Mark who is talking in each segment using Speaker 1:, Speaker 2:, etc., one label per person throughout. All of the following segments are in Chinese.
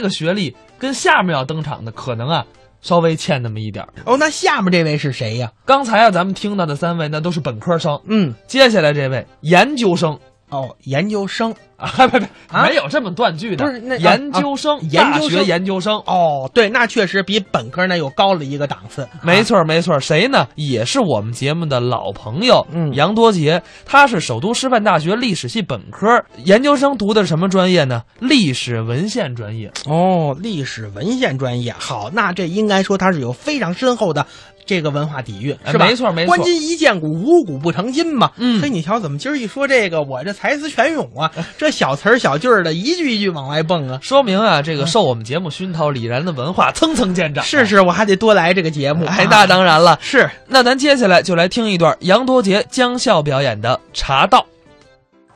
Speaker 1: 这个学历跟下面要登场的可能啊稍微欠那么一点儿。
Speaker 2: 哦，那下面这位是谁呀？
Speaker 1: 刚才啊咱们听到的三位那都是本科生，
Speaker 2: 嗯，
Speaker 1: 接下来这位研究生
Speaker 2: 哦，研究生。
Speaker 1: 啊， 别别，
Speaker 2: 啊
Speaker 1: 没有这么断句的，
Speaker 2: 不是那
Speaker 1: 研究生，
Speaker 2: 啊啊
Speaker 1: 大
Speaker 2: 研究
Speaker 1: 学
Speaker 2: 生
Speaker 1: 研究生。
Speaker 2: 哦，对，那确实比本科呢又高了一个档次。
Speaker 1: 没
Speaker 2: 啊，
Speaker 1: 错儿，没错儿，谁呢？也是我们节目的老朋友，
Speaker 2: 嗯
Speaker 1: 杨多杰，他是首都师范大学历史系本科，研究生读的是什么专业呢？历史文献专业。
Speaker 2: 哦，历史文献专业，好，那这应该说它是有非常深厚的这个文化底蕴，
Speaker 1: 哎
Speaker 2: 是吧？
Speaker 1: 没错儿没错儿
Speaker 2: 关金一见骨，五谷不成金嘛。
Speaker 1: 嗯
Speaker 2: 所以你瞧，怎么今儿一说这个，我这才词泉涌 啊，这小词儿小句儿的，一句一句往外蹦啊。
Speaker 1: 说明啊，这个受我们节目熏陶，李然的文化层层见长。
Speaker 2: 是，是，我还得多来这个节目。
Speaker 1: 哎，
Speaker 2: 啊
Speaker 1: 那当然了。
Speaker 2: 是
Speaker 1: 那咱接下来就来听一段杨多杰、江笑表演的《茶道》。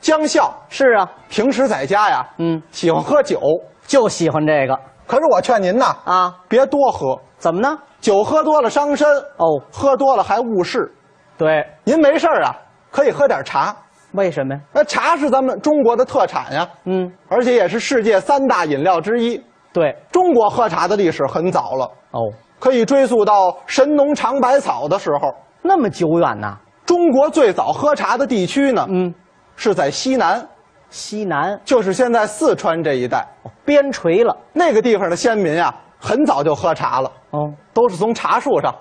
Speaker 3: 江笑
Speaker 4: 是啊，
Speaker 3: 平时在家呀，
Speaker 4: 嗯，
Speaker 3: 喜欢喝酒，
Speaker 4: 就喜欢这个
Speaker 3: 可是我劝您呐，
Speaker 4: 啊。
Speaker 3: 别多喝，
Speaker 4: 怎么呢？
Speaker 3: 酒喝多了伤身，
Speaker 4: 哦，
Speaker 3: 喝多了还误事。
Speaker 4: 对，
Speaker 3: 您没事儿啊，可以喝点茶。
Speaker 4: 为什么呀？
Speaker 3: 那茶是咱们中国的特产呀，
Speaker 4: 嗯，
Speaker 3: 而且也是世界三大饮料之一。
Speaker 4: 对，
Speaker 3: 中国喝茶的历史很早了，
Speaker 4: 哦，
Speaker 3: 可以追溯到神农尝百草的时候。
Speaker 4: 那么久远呐、
Speaker 3: 中国最早喝茶的地区呢，
Speaker 4: 嗯，
Speaker 3: 是在西南，
Speaker 4: 西南
Speaker 3: 就是现在四川这一带。
Speaker 4: 边陲了。
Speaker 3: 那个地方的先民啊，很早就喝茶了。
Speaker 4: 哦，
Speaker 3: 都是从茶树上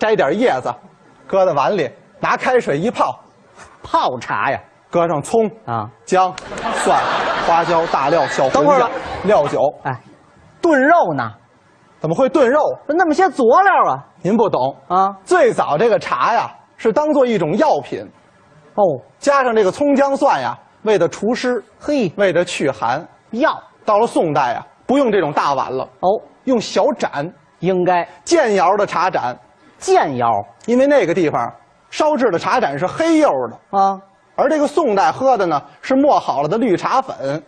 Speaker 3: 摘点叶子，搁在碗里，拿开水一泡，
Speaker 4: 泡茶呀。
Speaker 3: 搁上葱、
Speaker 4: 啊，
Speaker 3: 姜、蒜、花椒、大料、小
Speaker 4: 等
Speaker 3: 茴
Speaker 4: 会儿
Speaker 3: 香
Speaker 4: 吧、
Speaker 3: 料酒，
Speaker 4: 哎，炖肉呢？
Speaker 3: 怎么会炖肉？
Speaker 4: 那么些佐料啊
Speaker 3: 您不懂。
Speaker 4: 啊。
Speaker 3: 最早这个茶呀，是当做一种药品，
Speaker 4: 哦，
Speaker 3: 加上这个葱姜蒜呀，为的除湿，
Speaker 4: 嘿，
Speaker 3: 为的去寒。
Speaker 4: 药
Speaker 3: 到了宋代呀，不用这种大碗了，
Speaker 4: 哦，
Speaker 3: 用小盏、
Speaker 4: 应该
Speaker 3: 建窑的茶盏，
Speaker 4: 建窑
Speaker 3: 因为那个地方烧制的茶盏是黑釉的。
Speaker 4: 啊。
Speaker 3: 而这个宋代喝的呢是磨好了的绿茶粉，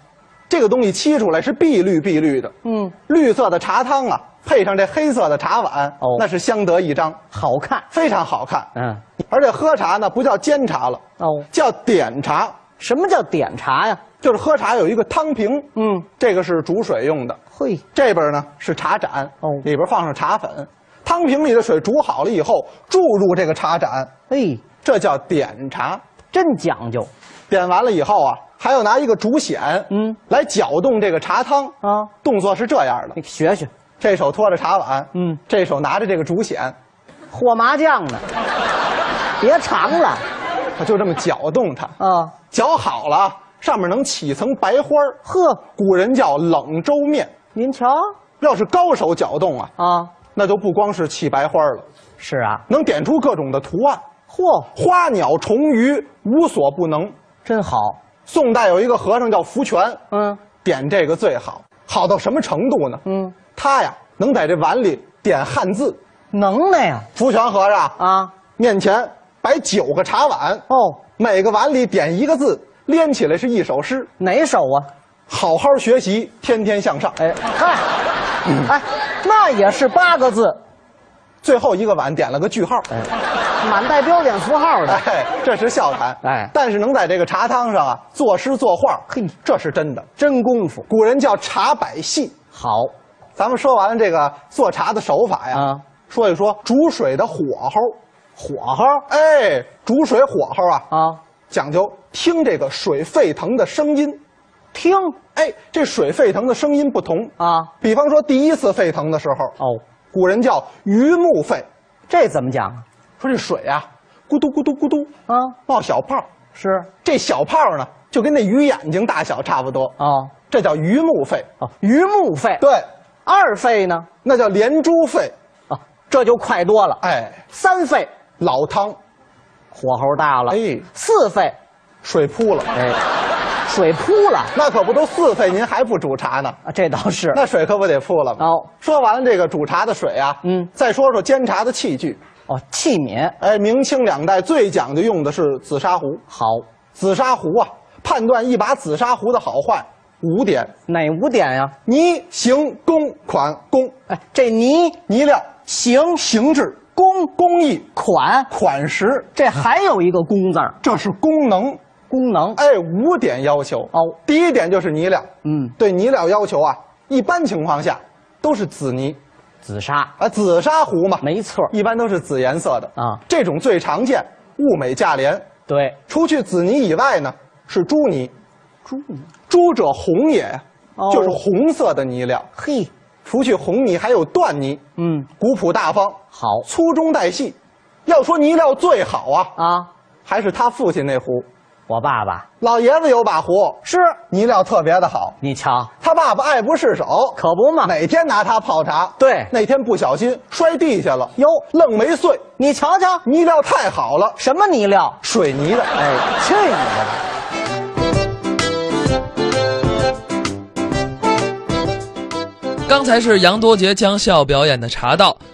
Speaker 3: 这个东西沏出来是碧绿碧绿的，
Speaker 4: 嗯，
Speaker 3: 绿色的茶汤啊，配上这黑色的茶碗，
Speaker 4: 哦
Speaker 3: 那是相得益彰，
Speaker 4: 好看。
Speaker 3: 非常好看。
Speaker 4: 嗯，
Speaker 3: 而且喝茶呢不叫煎茶了，
Speaker 4: 哦，
Speaker 3: 叫点茶，
Speaker 4: 什么叫点茶呀？
Speaker 3: 就是喝茶有一个汤瓶，
Speaker 4: 嗯，
Speaker 3: 这个是煮水用的，
Speaker 4: 嘿，
Speaker 3: 这边呢是茶盏，
Speaker 4: 哦
Speaker 3: 里边放上茶粉，汤瓶里的水煮好了以后注入这个茶盏，
Speaker 4: 嘿，
Speaker 3: 这叫点茶。
Speaker 4: 真讲究
Speaker 3: 点完了以后啊，还要拿一个竹筅，
Speaker 4: 嗯，
Speaker 3: 来搅动这个茶汤。
Speaker 4: 啊。
Speaker 3: 动作是这样的
Speaker 4: 你：哎学学，
Speaker 3: 这手托着茶碗，
Speaker 4: 嗯，
Speaker 3: 这手拿着这个竹筅，
Speaker 4: 和麻将 呢，别尝了
Speaker 3: 他就这么搅动它。
Speaker 4: 啊。
Speaker 3: 搅好了啊，上面能起一层白花儿
Speaker 4: 呵，
Speaker 3: 古人叫冷粥面。
Speaker 4: 您瞧
Speaker 3: 要是高手搅动啊，
Speaker 4: 啊，
Speaker 3: 那就不光是起白花儿了，
Speaker 4: 是啊，
Speaker 3: 能点出各种的图案，
Speaker 4: 嚯，
Speaker 3: 花鸟虫鱼无所不能。
Speaker 4: 真好，
Speaker 3: 宋代有一个和尚叫福全，
Speaker 4: 嗯
Speaker 3: 点这个最好，好到什么程度呢？
Speaker 4: 嗯，
Speaker 3: 他呀能在这碗里点汉字。
Speaker 4: 能耐呀
Speaker 3: 福全和尚啊，
Speaker 4: 啊，
Speaker 3: 面前摆九个茶碗，
Speaker 4: 哦，
Speaker 3: 每个碗里点一个字，连起来是一首诗。
Speaker 4: 哪手啊？
Speaker 3: 好好学习，天天向上。
Speaker 4: 哎 嗨，哎，那也是八个字，
Speaker 3: 最后一个碗点了个句号。
Speaker 4: 哎满带标点符号的，
Speaker 3: 哎，这是笑谈。
Speaker 4: 哎
Speaker 3: 但是能在这个茶汤上啊作诗作画，
Speaker 4: 嘿
Speaker 3: 这是真的。
Speaker 4: 真功夫
Speaker 3: 古人叫茶百戏。
Speaker 4: 好
Speaker 3: 咱们说完了这个做茶的手法呀，
Speaker 4: 啊
Speaker 3: 说一说煮水的火候。
Speaker 4: 火候
Speaker 3: 哎，煮水火候啊，
Speaker 4: 啊，
Speaker 3: 讲究听这个水沸腾的声音。
Speaker 4: 听
Speaker 3: 哎，这水沸腾的声音不同
Speaker 4: 啊，
Speaker 3: 比方说第一次沸腾的时候，
Speaker 4: 哦，
Speaker 3: 古人叫鱼目沸，
Speaker 4: 这怎么讲啊
Speaker 3: 说这水啊，咕嘟咕嘟咕嘟
Speaker 4: 啊？
Speaker 3: 冒小泡，
Speaker 4: 是
Speaker 3: 这小泡呢就跟那鱼眼睛大小差不多，
Speaker 4: 哦
Speaker 3: 这叫鱼目沸。
Speaker 4: 哦，榆木费，
Speaker 3: 对，
Speaker 4: 二费呢？
Speaker 3: 那叫连珠沸。
Speaker 4: 啊，这就快多了，
Speaker 3: 哎，
Speaker 4: 三费
Speaker 3: 老汤，
Speaker 4: 火候大了，
Speaker 3: 哎
Speaker 4: 四费
Speaker 3: 水扑了，
Speaker 4: 哎，水扑了
Speaker 3: 那可不都四沸，您还不煮茶呢？
Speaker 4: 啊，这倒是
Speaker 3: 那水可不得扑了吗？
Speaker 4: 哦
Speaker 3: 说完了这个煮茶的水啊，
Speaker 4: 嗯
Speaker 3: 再说说煎茶的器具。
Speaker 4: 哦，器皿
Speaker 3: 哎，明清两代最讲究用的是紫砂壶。
Speaker 4: 好，
Speaker 3: 紫砂壶啊，判断一把紫砂壶的好坏五点：
Speaker 4: 哪五点呀？
Speaker 3: 泥、形、工、款、工、
Speaker 4: 哎，这泥
Speaker 3: 泥料、
Speaker 4: 形
Speaker 3: 形制、
Speaker 4: 工
Speaker 3: 工艺、
Speaker 4: 款，
Speaker 3: 款式，
Speaker 4: 这还有一个工字儿，
Speaker 3: 这是功能。
Speaker 4: 功能
Speaker 3: 哎，五点要求
Speaker 4: 哦
Speaker 3: 第一点就是泥料，
Speaker 4: 嗯，
Speaker 3: 对泥料要求啊，一般情况下都是紫泥，
Speaker 4: 紫砂，
Speaker 3: 啊，紫砂壶嘛，
Speaker 4: 没错儿。
Speaker 3: 一般都是紫颜色的
Speaker 4: 啊
Speaker 3: 这种最常见，物美价廉。
Speaker 4: 对，
Speaker 3: 除去紫泥以外呢，是朱泥，
Speaker 4: 猪，
Speaker 3: 朱者红也，
Speaker 4: 哦
Speaker 3: 就是红色的泥料。
Speaker 4: 嘿，
Speaker 3: 除去红泥，还有缎泥，
Speaker 4: 嗯，
Speaker 3: 古朴大方，
Speaker 4: 好
Speaker 3: 粗中带细。要说泥料最好啊，
Speaker 4: 啊，
Speaker 3: 还是他父亲那壶，
Speaker 4: 我爸爸
Speaker 3: 老爷子有把壶，
Speaker 4: 是，
Speaker 3: 泥料特别的好。
Speaker 4: 你瞧，
Speaker 3: 他爸爸爱不释手，
Speaker 4: 可不嘛，
Speaker 3: 哪天拿它泡茶，
Speaker 4: 对
Speaker 3: 那天不小心摔地下了，
Speaker 4: 哟
Speaker 3: 愣没碎，
Speaker 4: 你瞧瞧，
Speaker 3: 泥料太好了，
Speaker 4: 什么泥料？
Speaker 3: 水泥的。
Speaker 4: 哎，去你的吧！
Speaker 1: 刚才是杨多杰将笑表演的茶道，